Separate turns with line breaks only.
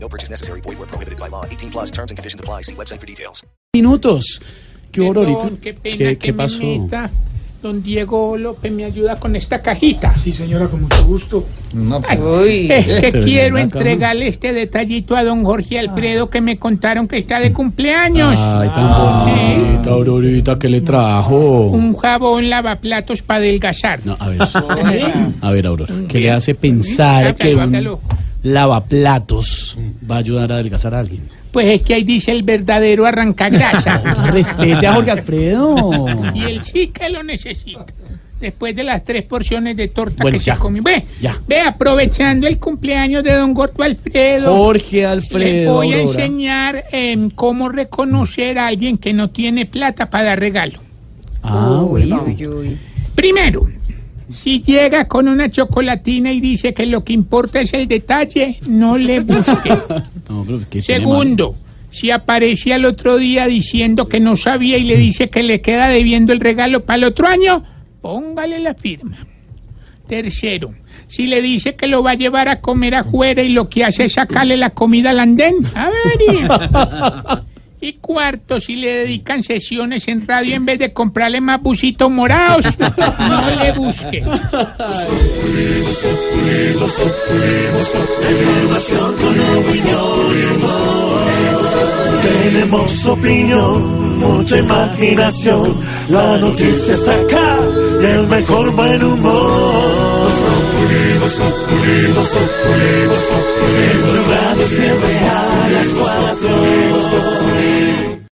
No purchase necessary. Void where prohibited by law. 18 plus terms and conditions apply. See website for details.
minutos. ¿Qué hubo
Perdón,
ahorita?
Qué pena
¿Qué,
que
qué
me
pasó?
meta. Don Diego López me ayuda con esta cajita.
Sí, señora, con mucho gusto.
Es que
Pero
quiero
ven acá, ¿no?
entregarle este detallito a don Jorge
Ah.
Alfredo que me contaron que está de cumpleaños.
Ay, tan
Ah.
bonita, Aurorita, ¿qué le trajo?
Un jabón lavaplatos para adelgazar. Ah,
No, Ah. a ver, a ver, Aurora, ¿qué le hace pensar que
Háblalo,
un
háblalo.
lavaplatos va a ayudar a adelgazar a alguien?
Pues es que ahí dice el verdadero arrancagrasa.
Respete a Jorge Alfredo.
y él sí que lo necesita. Después de las tres porciones de torta
Bueno,
que
ya.
se comió. Ve,
Ya.
ve, aprovechando el cumpleaños de don Gordo Alfredo.
Jorge
Les
Alfredo.
voy a
Aurora.
enseñar em, cómo reconocer a alguien que no tiene plata para dar regalo.
Ah, bueno.
Primero, si llega con una chocolatina y dice que lo que importa es el detalle, no le busque.
No, pero ¿qué tiene mal?
Segundo, si aparece al otro día diciendo que no sabía y le dice que le queda debiendo el regalo para el otro año, póngale la firma. Tercero, si le dice que lo va a llevar a comer afuera y lo que hace es sacarle la comida al andén, a ver. Y cuarto, si le dedican sesiones en radio en vez de comprarle más busitos morados, no le busque.
Tenemos opinión, mucha imaginación. La noticia está acá y el mejor buen humor. Los populimos, populimos, populimos, populimos. Tu radio siempre a las cuatro.